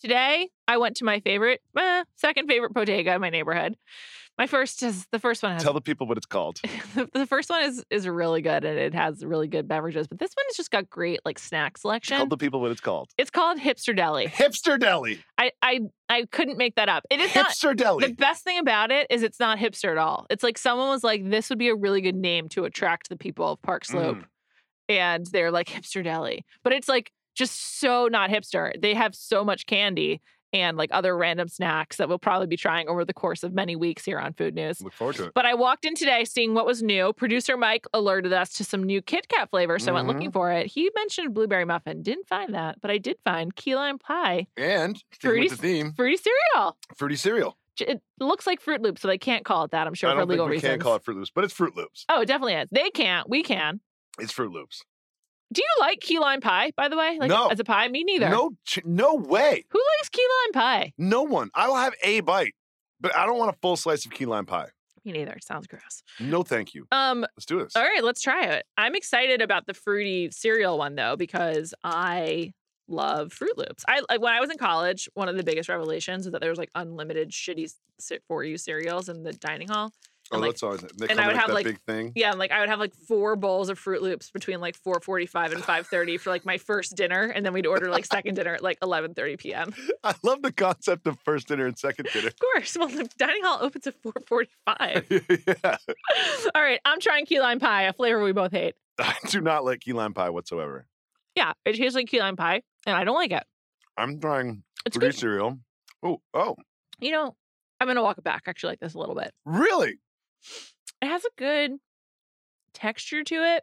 [SPEAKER 2] Today, I went to my favorite, eh, second favorite bodega in my neighborhood. My first is the first one has
[SPEAKER 1] Tell the people what it's called.
[SPEAKER 2] the, the first one is is really good and it has really good beverages, but this one has just got great like snack
[SPEAKER 1] Tell
[SPEAKER 2] selection.
[SPEAKER 1] the people what it's called.
[SPEAKER 2] it's called Hipster Deli.
[SPEAKER 1] Hipster Deli.
[SPEAKER 2] I I I couldn't make that up. It is not
[SPEAKER 1] Hipster Deli.
[SPEAKER 2] the best thing about it is it's not hipster at all. It's like someone was like, this would be a really good name to attract the people of Park Slope.
[SPEAKER 1] Mm.
[SPEAKER 2] And they're like hipster deli. But it's like just so not hipster. They have so much candy and like other random snacks that we'll probably be trying over the course of many weeks here on Food News.
[SPEAKER 1] Look forward to it.
[SPEAKER 2] But I walked in today seeing what was new. Producer Mike alerted us to some new Kit Kat flavor, so I went
[SPEAKER 1] Mhm.
[SPEAKER 2] looking for it. He mentioned blueberry muffin. Didn't find that, but I did find key lime pie,
[SPEAKER 1] And sticking
[SPEAKER 2] Fruity-
[SPEAKER 1] with the theme,
[SPEAKER 2] fruity cereal.
[SPEAKER 1] fruity cereal.
[SPEAKER 2] J- It looks like Fruit Loops, so they can't call it that. I'm sure
[SPEAKER 1] I
[SPEAKER 2] for
[SPEAKER 1] don't think
[SPEAKER 2] legal
[SPEAKER 1] we
[SPEAKER 2] reasons.
[SPEAKER 1] can call it Fruit Loops, but it's Fruit Loops.
[SPEAKER 2] Oh, it definitely is. They can't. We can.
[SPEAKER 1] It's Fruit Loops.
[SPEAKER 2] Do you like key lime pie, by the way? Like
[SPEAKER 1] No.
[SPEAKER 2] as a pie? Me neither.
[SPEAKER 1] No, ch- no way.
[SPEAKER 2] Who likes key lime pie?
[SPEAKER 1] No one. I will have a bite, but I don't want a full slice of key lime pie.
[SPEAKER 2] Me neither. It sounds gross.
[SPEAKER 1] No, thank you.
[SPEAKER 2] Um,
[SPEAKER 1] Let's do this.
[SPEAKER 2] all right, let's try it. I'm excited about the fruity cereal one though, because I love Fruit Loops. I like, when I was in college, one of the biggest revelations was that there was like unlimited shitty sit for you cereals in the dining hall.
[SPEAKER 1] Oh,
[SPEAKER 2] and, like-
[SPEAKER 1] that's always they
[SPEAKER 2] and
[SPEAKER 1] come
[SPEAKER 2] I would
[SPEAKER 1] in with
[SPEAKER 2] have,
[SPEAKER 1] that
[SPEAKER 2] like-
[SPEAKER 1] big thing.
[SPEAKER 2] Yeah, and, like I would have like four bowls of Fruit Loops between like 4:45 and 5:30 for like my first dinner, and then we'd order like second dinner at like 11:30 p.m.
[SPEAKER 1] I love the concept of first dinner and second dinner.
[SPEAKER 2] Of course. Well, the dining hall opens at 4:45.
[SPEAKER 1] yeah,
[SPEAKER 2] All right, I'm trying key lime pie, a flavor we both hate.
[SPEAKER 1] I do not like key lime pie whatsoever.
[SPEAKER 2] Yeah, it tastes like key lime pie, and I don't like it.
[SPEAKER 1] I'm trying
[SPEAKER 2] It's
[SPEAKER 1] fruity
[SPEAKER 2] good.
[SPEAKER 1] cereal. Oh, oh,
[SPEAKER 2] You know, I'm gonna walk it back. I Actually, like this a little bit.
[SPEAKER 1] really?
[SPEAKER 2] It has a good texture to it,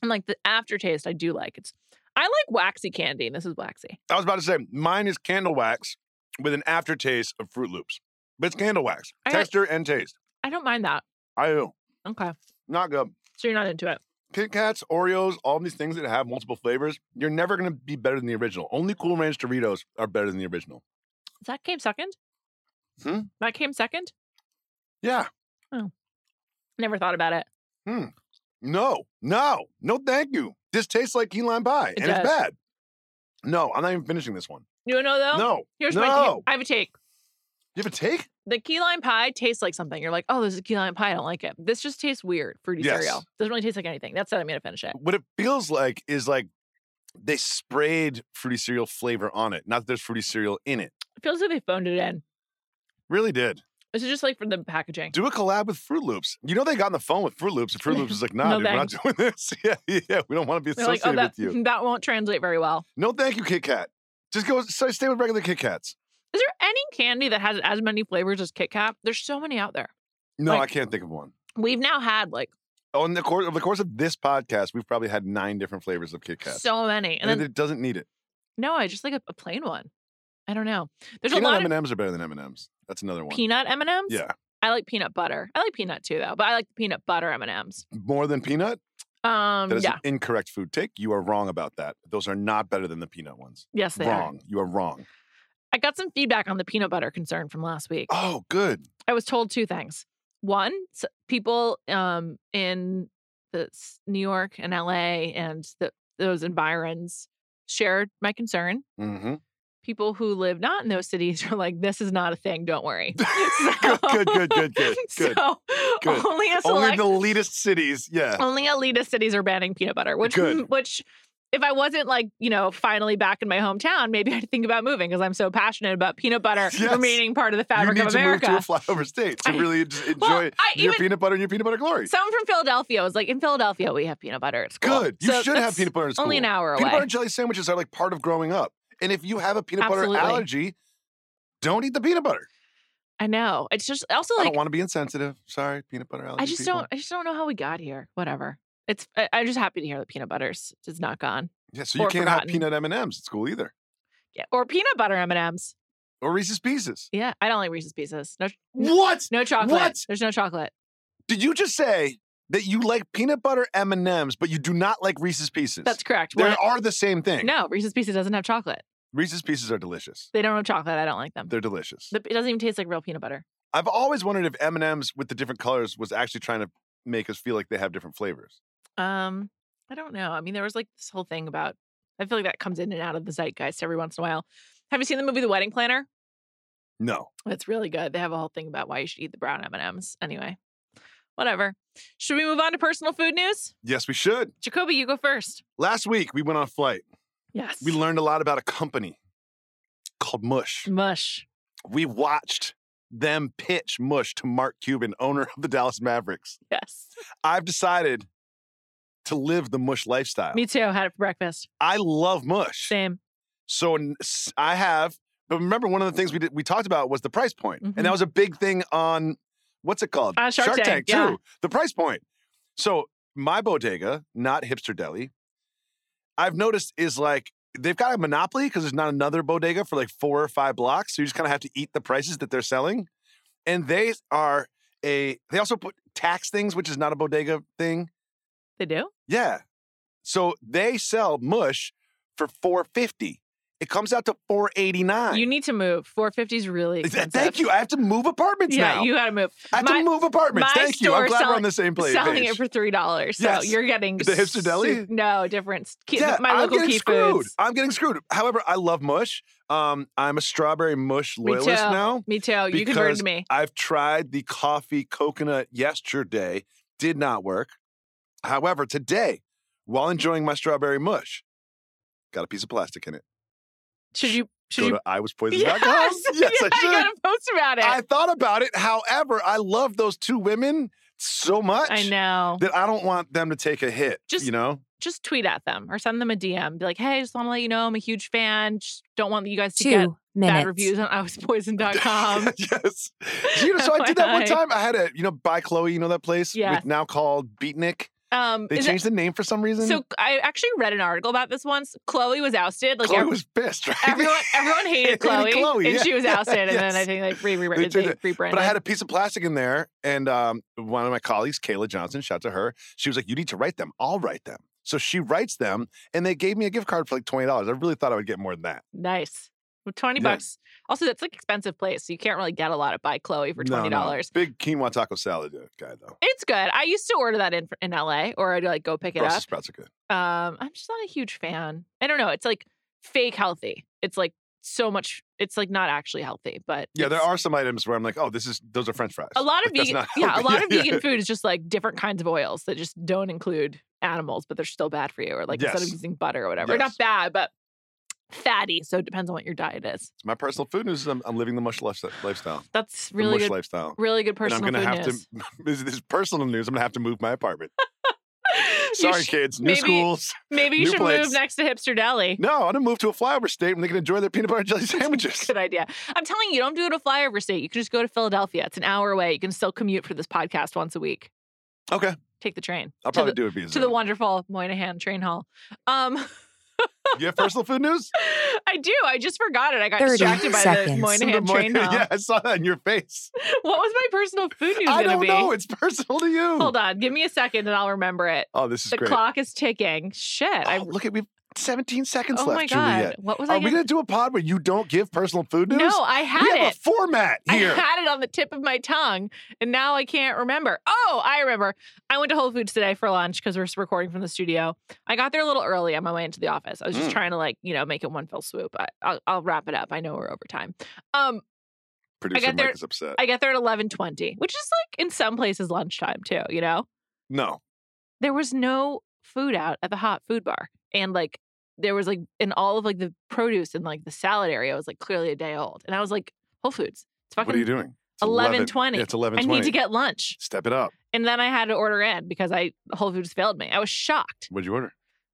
[SPEAKER 2] and like the aftertaste, I do like. It's I like waxy candy, and this is waxy.
[SPEAKER 1] I was about to say mine is candle wax with an aftertaste of Fruit Loops, but it's candle wax
[SPEAKER 2] I got-
[SPEAKER 1] texture and taste.
[SPEAKER 2] I don't mind that.
[SPEAKER 1] I do
[SPEAKER 2] Okay,
[SPEAKER 1] not good.
[SPEAKER 2] so you're not into it.
[SPEAKER 1] Kit Kats, Oreos, all these things that have multiple flavors, you're never going to be better than the original. Only Cool Ranch Doritos are better than the original.
[SPEAKER 2] That came second.
[SPEAKER 1] Hmm?
[SPEAKER 2] That came second.
[SPEAKER 1] Yeah.
[SPEAKER 2] Never thought about it.
[SPEAKER 1] No, no, no, thank you. This tastes like key lime pie,
[SPEAKER 2] It
[SPEAKER 1] and it's
[SPEAKER 2] does.
[SPEAKER 1] bad. No, I'm not even finishing this one.
[SPEAKER 2] You know though.
[SPEAKER 1] No,
[SPEAKER 2] Here's
[SPEAKER 1] no.
[SPEAKER 2] my. Take. I have a take.
[SPEAKER 1] You have a take?
[SPEAKER 2] the key lime pie tastes like something. You're like, oh, this is key lime pie. I don't like it. This just tastes weird. Fruity
[SPEAKER 1] Yes.
[SPEAKER 2] cereal doesn't really taste like anything. That's how I'm gonna finish it.
[SPEAKER 1] What it feels like is like they sprayed fruity cereal flavor on it. Not that there's fruity cereal in it.
[SPEAKER 2] It feels like they phoned it in.
[SPEAKER 1] Really did.
[SPEAKER 2] This is just like for the packaging.
[SPEAKER 1] Do a collab with Fruit Loops. You know they got on the phone with Fruit Loops, and Fruit Loops was like, nah,
[SPEAKER 2] No,
[SPEAKER 1] dude, we're not doing this. Yeah, yeah, we don't want to be
[SPEAKER 2] They're like,
[SPEAKER 1] associated
[SPEAKER 2] oh, that
[SPEAKER 1] with you.
[SPEAKER 2] that won't translate very well.
[SPEAKER 1] No, thank you, Kit Kat. Just go so stay with regular Kit Kats.
[SPEAKER 2] Is there any candy that has as many flavors as Kit Kat? There's so many out there.
[SPEAKER 1] No, I
[SPEAKER 2] Like-
[SPEAKER 1] can't think of one.
[SPEAKER 2] We've now had like
[SPEAKER 1] On the course of the course of this podcast, we've probably had nine different flavors of Kit Kat.
[SPEAKER 2] so many, and
[SPEAKER 1] and
[SPEAKER 2] then
[SPEAKER 1] it doesn't need it.
[SPEAKER 2] no, I just like a, a plain one. I don't know. There's a
[SPEAKER 1] Peanut
[SPEAKER 2] lot
[SPEAKER 1] M
[SPEAKER 2] of
[SPEAKER 1] and M's are better than M and M's. That's another one.
[SPEAKER 2] peanut M and M's.
[SPEAKER 1] Yeah,
[SPEAKER 2] I like peanut butter. I like peanut too though, but I like the peanut butter M and M's.
[SPEAKER 1] more than peanut.
[SPEAKER 2] Um,
[SPEAKER 1] That is
[SPEAKER 2] yeah,
[SPEAKER 1] an incorrect food take. You are wrong about that. Those are not better than the peanut ones.
[SPEAKER 2] yes, they are.
[SPEAKER 1] wrong. You are wrong.
[SPEAKER 2] I got some feedback on the peanut butter concern from last week.
[SPEAKER 1] Oh, good.
[SPEAKER 2] I was told two things. One, s- people um, in the s- New York and LA and the, those environs shared my concern.
[SPEAKER 1] Mm-hmm.
[SPEAKER 2] People who live not in those cities are like, "This is not a thing. Don't worry."
[SPEAKER 1] Good, good, good, good, good, good,
[SPEAKER 2] So
[SPEAKER 1] good.
[SPEAKER 2] only a
[SPEAKER 1] Only
[SPEAKER 2] select, only,
[SPEAKER 1] the elitist cities. Yeah.
[SPEAKER 2] elitist cities are banning peanut butter, which
[SPEAKER 1] Good.
[SPEAKER 2] which if I wasn't like, you know, finally back in my hometown, maybe I'd think about moving because I'm so passionate about peanut butter
[SPEAKER 1] Yes.
[SPEAKER 2] remaining part of the
[SPEAKER 1] you
[SPEAKER 2] fabric
[SPEAKER 1] need
[SPEAKER 2] of
[SPEAKER 1] to
[SPEAKER 2] America.
[SPEAKER 1] move to a flyover state to
[SPEAKER 2] I-
[SPEAKER 1] really en- enjoy
[SPEAKER 2] Well, I
[SPEAKER 1] your
[SPEAKER 2] even-
[SPEAKER 1] peanut butter and your peanut butter glory.
[SPEAKER 2] Someone from Philadelphia was like, in Philadelphia, we have peanut butter at school.
[SPEAKER 1] Good. You
[SPEAKER 2] So
[SPEAKER 1] should have
[SPEAKER 2] that's
[SPEAKER 1] peanut butter in school.
[SPEAKER 2] Only an hour away.
[SPEAKER 1] Peanut butter and jelly sandwiches are like part of growing up. And if you have a peanut
[SPEAKER 2] Absolutely.
[SPEAKER 1] butter allergy, don't eat the peanut butter.
[SPEAKER 2] I know. It's just also
[SPEAKER 1] I
[SPEAKER 2] like
[SPEAKER 1] don't want to be insensitive. Sorry, peanut butter allergy.
[SPEAKER 2] I just
[SPEAKER 1] people.
[SPEAKER 2] don't. I just don't know how we got here. Whatever. It's. I, I'm just happy to hear that peanut butters is not gone.
[SPEAKER 1] Yeah, so you
[SPEAKER 2] or
[SPEAKER 1] can't have
[SPEAKER 2] forgotten.
[SPEAKER 1] peanut M and M's at school either,
[SPEAKER 2] Yeah. Or peanut butter M and M's.
[SPEAKER 1] or Reese's Pieces.
[SPEAKER 2] Yeah. I don't like Reese's Pieces. No.
[SPEAKER 1] What?
[SPEAKER 2] No chocolate.
[SPEAKER 1] What?
[SPEAKER 2] There's no chocolate.
[SPEAKER 1] Did you just say that you like peanut butter M and M's, but you do not like Reese's Pieces?
[SPEAKER 2] That's correct.
[SPEAKER 1] They
[SPEAKER 2] One-
[SPEAKER 1] are the same thing.
[SPEAKER 2] no, Reese's Pieces doesn't have chocolate.
[SPEAKER 1] Reese's Pieces are delicious.
[SPEAKER 2] They don't have chocolate. I don't like them.
[SPEAKER 1] They're delicious.
[SPEAKER 2] The- it doesn't even taste like real peanut butter.
[SPEAKER 1] I've always wondered if M and M's with the different colors was actually trying to make us feel like they have different flavors.
[SPEAKER 2] Um, I don't know. I mean, there was like this whole thing about. I feel like that comes in and out of the zeitgeist every once in a while. Have you seen the movie The Wedding Planner?
[SPEAKER 1] No.
[SPEAKER 2] It's really good. They have a whole thing about why you should eat the brown M and M's. Anyway, whatever. Should we move on to personal food news?
[SPEAKER 1] Yes, we should.
[SPEAKER 2] Jacoby, you go first.
[SPEAKER 1] Last week we went on a flight.
[SPEAKER 2] Yes.
[SPEAKER 1] We learned a lot about a company called
[SPEAKER 2] Mm.
[SPEAKER 1] Mush.
[SPEAKER 2] mush.
[SPEAKER 1] We watched them pitch Mush to Mark Cuban, owner of the Dallas Mavericks.
[SPEAKER 2] Yes.
[SPEAKER 1] I've decided to live the Mush lifestyle.
[SPEAKER 2] Me too. Had it for breakfast.
[SPEAKER 1] I love Mush.
[SPEAKER 2] Same.
[SPEAKER 1] So n- s- I have, but remember one of the things we did, we talked about was the price point, and
[SPEAKER 2] Mhm.
[SPEAKER 1] that was a big thing on what's it called
[SPEAKER 2] On Shark Tank,
[SPEAKER 1] too.
[SPEAKER 2] yeah.
[SPEAKER 1] The price point. So my bodega, not hipster deli, I've noticed is like they've got a monopoly because there's not another bodega for like four or five blocks. So you just kind of have to eat the prices that they're selling, and they are a. They also put tax things, which is not a bodega thing.
[SPEAKER 2] They do?
[SPEAKER 1] Yeah. So they sell mush for 450. It comes out to 489.
[SPEAKER 2] You need to move. 450 is really
[SPEAKER 1] Th-
[SPEAKER 2] expensive.
[SPEAKER 1] Thank you. I have to move apartments
[SPEAKER 2] Yeah,
[SPEAKER 1] now.
[SPEAKER 2] you got to move.
[SPEAKER 1] I have to
[SPEAKER 2] my-
[SPEAKER 1] move apartments.
[SPEAKER 2] my
[SPEAKER 1] Thank you. I'm
[SPEAKER 2] store
[SPEAKER 1] glad we're on
[SPEAKER 2] selling-
[SPEAKER 1] the same place.
[SPEAKER 2] Selling
[SPEAKER 1] page.
[SPEAKER 2] it for three dollars, so
[SPEAKER 1] Yes.
[SPEAKER 2] you're getting
[SPEAKER 1] The hipster deli?
[SPEAKER 2] su- no, different. Ke-
[SPEAKER 1] yeah,
[SPEAKER 2] my
[SPEAKER 1] I'm
[SPEAKER 2] local
[SPEAKER 1] getting
[SPEAKER 2] key
[SPEAKER 1] screwed.
[SPEAKER 2] foods.
[SPEAKER 1] I'm getting screwed. However, I love mush. Um, I'm a strawberry mush
[SPEAKER 2] Me
[SPEAKER 1] loyalist
[SPEAKER 2] too.
[SPEAKER 1] now.
[SPEAKER 2] Me too. You
[SPEAKER 1] because
[SPEAKER 2] converted me.
[SPEAKER 1] I've tried the coffee coconut yesterday, did not work. However, today, while enjoying my strawberry mush, got a piece of plastic in it.
[SPEAKER 2] Should you? Should
[SPEAKER 1] Go
[SPEAKER 2] you?
[SPEAKER 1] to I was poisoned.
[SPEAKER 2] yes.
[SPEAKER 1] yes,
[SPEAKER 2] yeah,
[SPEAKER 1] I should.
[SPEAKER 2] got to post about it.
[SPEAKER 1] I thought about it. However, I love those two women so much
[SPEAKER 2] I know.
[SPEAKER 1] that I don't want them to take a hit.
[SPEAKER 2] Just-
[SPEAKER 1] you know,
[SPEAKER 2] just tweet at them or send them a DM. Be like, hey, just want to let you know I'm a huge fan. Just don't want you guys to get
[SPEAKER 8] Two minutes.
[SPEAKER 2] bad reviews on iwaspoison.com.
[SPEAKER 1] yes. You know, so I did that one
[SPEAKER 2] FYI.
[SPEAKER 1] time. I had a you know by Chloe. You know that place
[SPEAKER 2] Yes.
[SPEAKER 1] with now called Beatnik.
[SPEAKER 2] Um,
[SPEAKER 1] They
[SPEAKER 2] is
[SPEAKER 1] changed the name for some
[SPEAKER 2] it,
[SPEAKER 1] reason.
[SPEAKER 2] so I actually read an article about this once. Chloe was ousted. Like
[SPEAKER 1] Chloe
[SPEAKER 2] ev-
[SPEAKER 1] was pissed, right?
[SPEAKER 2] everyone, everyone hated
[SPEAKER 1] Hated
[SPEAKER 2] Chloe,
[SPEAKER 1] Chloe,
[SPEAKER 2] and
[SPEAKER 1] yeah.
[SPEAKER 2] she was ousted. And
[SPEAKER 1] Yes.
[SPEAKER 2] then I think like re re
[SPEAKER 1] They
[SPEAKER 2] re
[SPEAKER 1] did
[SPEAKER 2] they
[SPEAKER 1] it.
[SPEAKER 2] rebranded.
[SPEAKER 1] But I had a piece of plastic in there, and um, one of my colleagues, Kayla Johnson, shout to her. She was like, "You need to write them. I'll write them." So she writes them, and they gave me a gift card for like twenty dollars. I really thought I would get more than that.
[SPEAKER 2] nice. Well, Twenty
[SPEAKER 1] Yeah.
[SPEAKER 2] bucks. Also, that's like expensive place, so you can't really get a lot of buy Chloe for
[SPEAKER 1] No, no.
[SPEAKER 2] twenty dollars.
[SPEAKER 1] Big quinoa taco salad uh, guy though.
[SPEAKER 2] It's good. I used to order that in in LA, or I'd like go pick it
[SPEAKER 1] Brussels
[SPEAKER 2] up.
[SPEAKER 1] sprouts are good.
[SPEAKER 2] Um, I'm just not a huge fan. I don't know. It's like fake healthy. It's like so much. It's like not actually healthy, but
[SPEAKER 1] Yeah, there
[SPEAKER 2] it's-
[SPEAKER 1] are some items where I'm like, oh, this is those are French fries.
[SPEAKER 2] a lot of
[SPEAKER 1] Like, that's
[SPEAKER 2] vegan.
[SPEAKER 1] not
[SPEAKER 2] Yeah, a
[SPEAKER 1] healthy.
[SPEAKER 2] lot of
[SPEAKER 1] Yeah,
[SPEAKER 2] vegan
[SPEAKER 1] yeah.
[SPEAKER 2] food is just like different kinds of oils that just don't include animals, but they're still bad for you. Or like instead of
[SPEAKER 1] Yes.
[SPEAKER 2] using butter or whatever,
[SPEAKER 1] Yes.
[SPEAKER 2] not bad, but fatty. So it depends on what your diet is.
[SPEAKER 1] My personal food news is um, I'm, I'm living the mush lifes- lifestyle.
[SPEAKER 2] That's
[SPEAKER 1] the
[SPEAKER 2] really
[SPEAKER 1] mush
[SPEAKER 2] good.
[SPEAKER 1] lifestyle.
[SPEAKER 2] Really good personal
[SPEAKER 1] and I'm gonna
[SPEAKER 2] food
[SPEAKER 1] have
[SPEAKER 2] news.
[SPEAKER 1] to. This is personal news. I'm gonna have to move my apartment.
[SPEAKER 2] You
[SPEAKER 1] Sorry,
[SPEAKER 2] sh-
[SPEAKER 1] kids. New
[SPEAKER 2] maybe-
[SPEAKER 1] schools.
[SPEAKER 2] Maybe you
[SPEAKER 1] new
[SPEAKER 2] should
[SPEAKER 1] place.
[SPEAKER 2] move next to Hipster Deli.
[SPEAKER 1] No, I'm gonna move to a flyover state when they can enjoy their peanut butter and jelly sandwiches.
[SPEAKER 2] Good idea. I'm telling you, don't do it a flyover state. You can just go to Philadelphia. It's an hour away. You can still commute for this podcast once a week.
[SPEAKER 1] Okay,
[SPEAKER 2] Take the train.
[SPEAKER 1] I'll
[SPEAKER 2] to
[SPEAKER 1] probably
[SPEAKER 2] the,
[SPEAKER 1] do it via
[SPEAKER 2] to the
[SPEAKER 1] Zoom.
[SPEAKER 2] wonderful Moynihan train hall. Um,
[SPEAKER 1] You have personal food news?
[SPEAKER 2] I do. I just forgot it. I got
[SPEAKER 8] 30
[SPEAKER 2] distracted by the
[SPEAKER 8] seconds.
[SPEAKER 2] Moynihan
[SPEAKER 1] The
[SPEAKER 2] train
[SPEAKER 1] morning-
[SPEAKER 2] hall.
[SPEAKER 1] Yeah, I saw that in your face.
[SPEAKER 2] What was my personal food news
[SPEAKER 1] I
[SPEAKER 2] going to
[SPEAKER 1] don't
[SPEAKER 2] be?
[SPEAKER 1] know. It's personal to you.
[SPEAKER 2] Hold on. Give me a second and I'll remember it.
[SPEAKER 1] Oh, this is
[SPEAKER 2] the
[SPEAKER 1] great.
[SPEAKER 2] clock is ticking. Shit.
[SPEAKER 1] Oh,
[SPEAKER 2] I,
[SPEAKER 1] look at we've 17 seconds
[SPEAKER 2] oh
[SPEAKER 1] left,
[SPEAKER 2] my God.
[SPEAKER 1] Juliet.
[SPEAKER 2] What was
[SPEAKER 1] Are
[SPEAKER 2] I
[SPEAKER 1] we
[SPEAKER 2] gonna-
[SPEAKER 1] gonna do a pod where you don't give personal food news?
[SPEAKER 2] No, I had
[SPEAKER 1] we have
[SPEAKER 2] it.
[SPEAKER 1] a format here.
[SPEAKER 2] I had it on the tip of my tongue, and now I can't remember. Oh, I remember. I went to Whole Foods today for lunch because we're recording from the studio. I got there a little early on my way into the office. I was just
[SPEAKER 1] Mm.
[SPEAKER 2] trying to like you know make it one fell swoop. I, I'll, I'll wrap it up. I know we're over time. Um,
[SPEAKER 1] Producer
[SPEAKER 2] got
[SPEAKER 1] Mike
[SPEAKER 2] there-
[SPEAKER 1] is upset.
[SPEAKER 2] I got there at eleven twenty, which is like in some places lunchtime too. You know,
[SPEAKER 1] no,
[SPEAKER 2] there was no food out at the hot food bar. And like there was like in all of like the produce and like the salad area was like clearly a day old. And I was like, Whole Foods, it's fucking
[SPEAKER 1] What are you doing? It's
[SPEAKER 2] 11:20.
[SPEAKER 1] Yeah, it's
[SPEAKER 2] I
[SPEAKER 1] 1120.
[SPEAKER 2] need to get lunch.
[SPEAKER 1] Step it up.
[SPEAKER 2] And then I had to order in because I Whole Foods failed me. I was shocked.
[SPEAKER 1] What'd you order?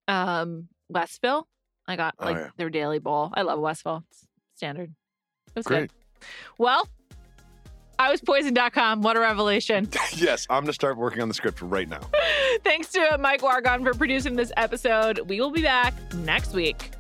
[SPEAKER 2] Um Westville. I got
[SPEAKER 1] Oh,
[SPEAKER 2] like
[SPEAKER 1] yeah.
[SPEAKER 2] their daily bowl. I love Westville. It's standard. It was
[SPEAKER 1] Great.
[SPEAKER 2] good. Well, I was poison.com. What a revelation.
[SPEAKER 1] yes, I'm going to start working on the script right now.
[SPEAKER 2] Thanks to Mike Wargon for producing this episode. We will be back next week.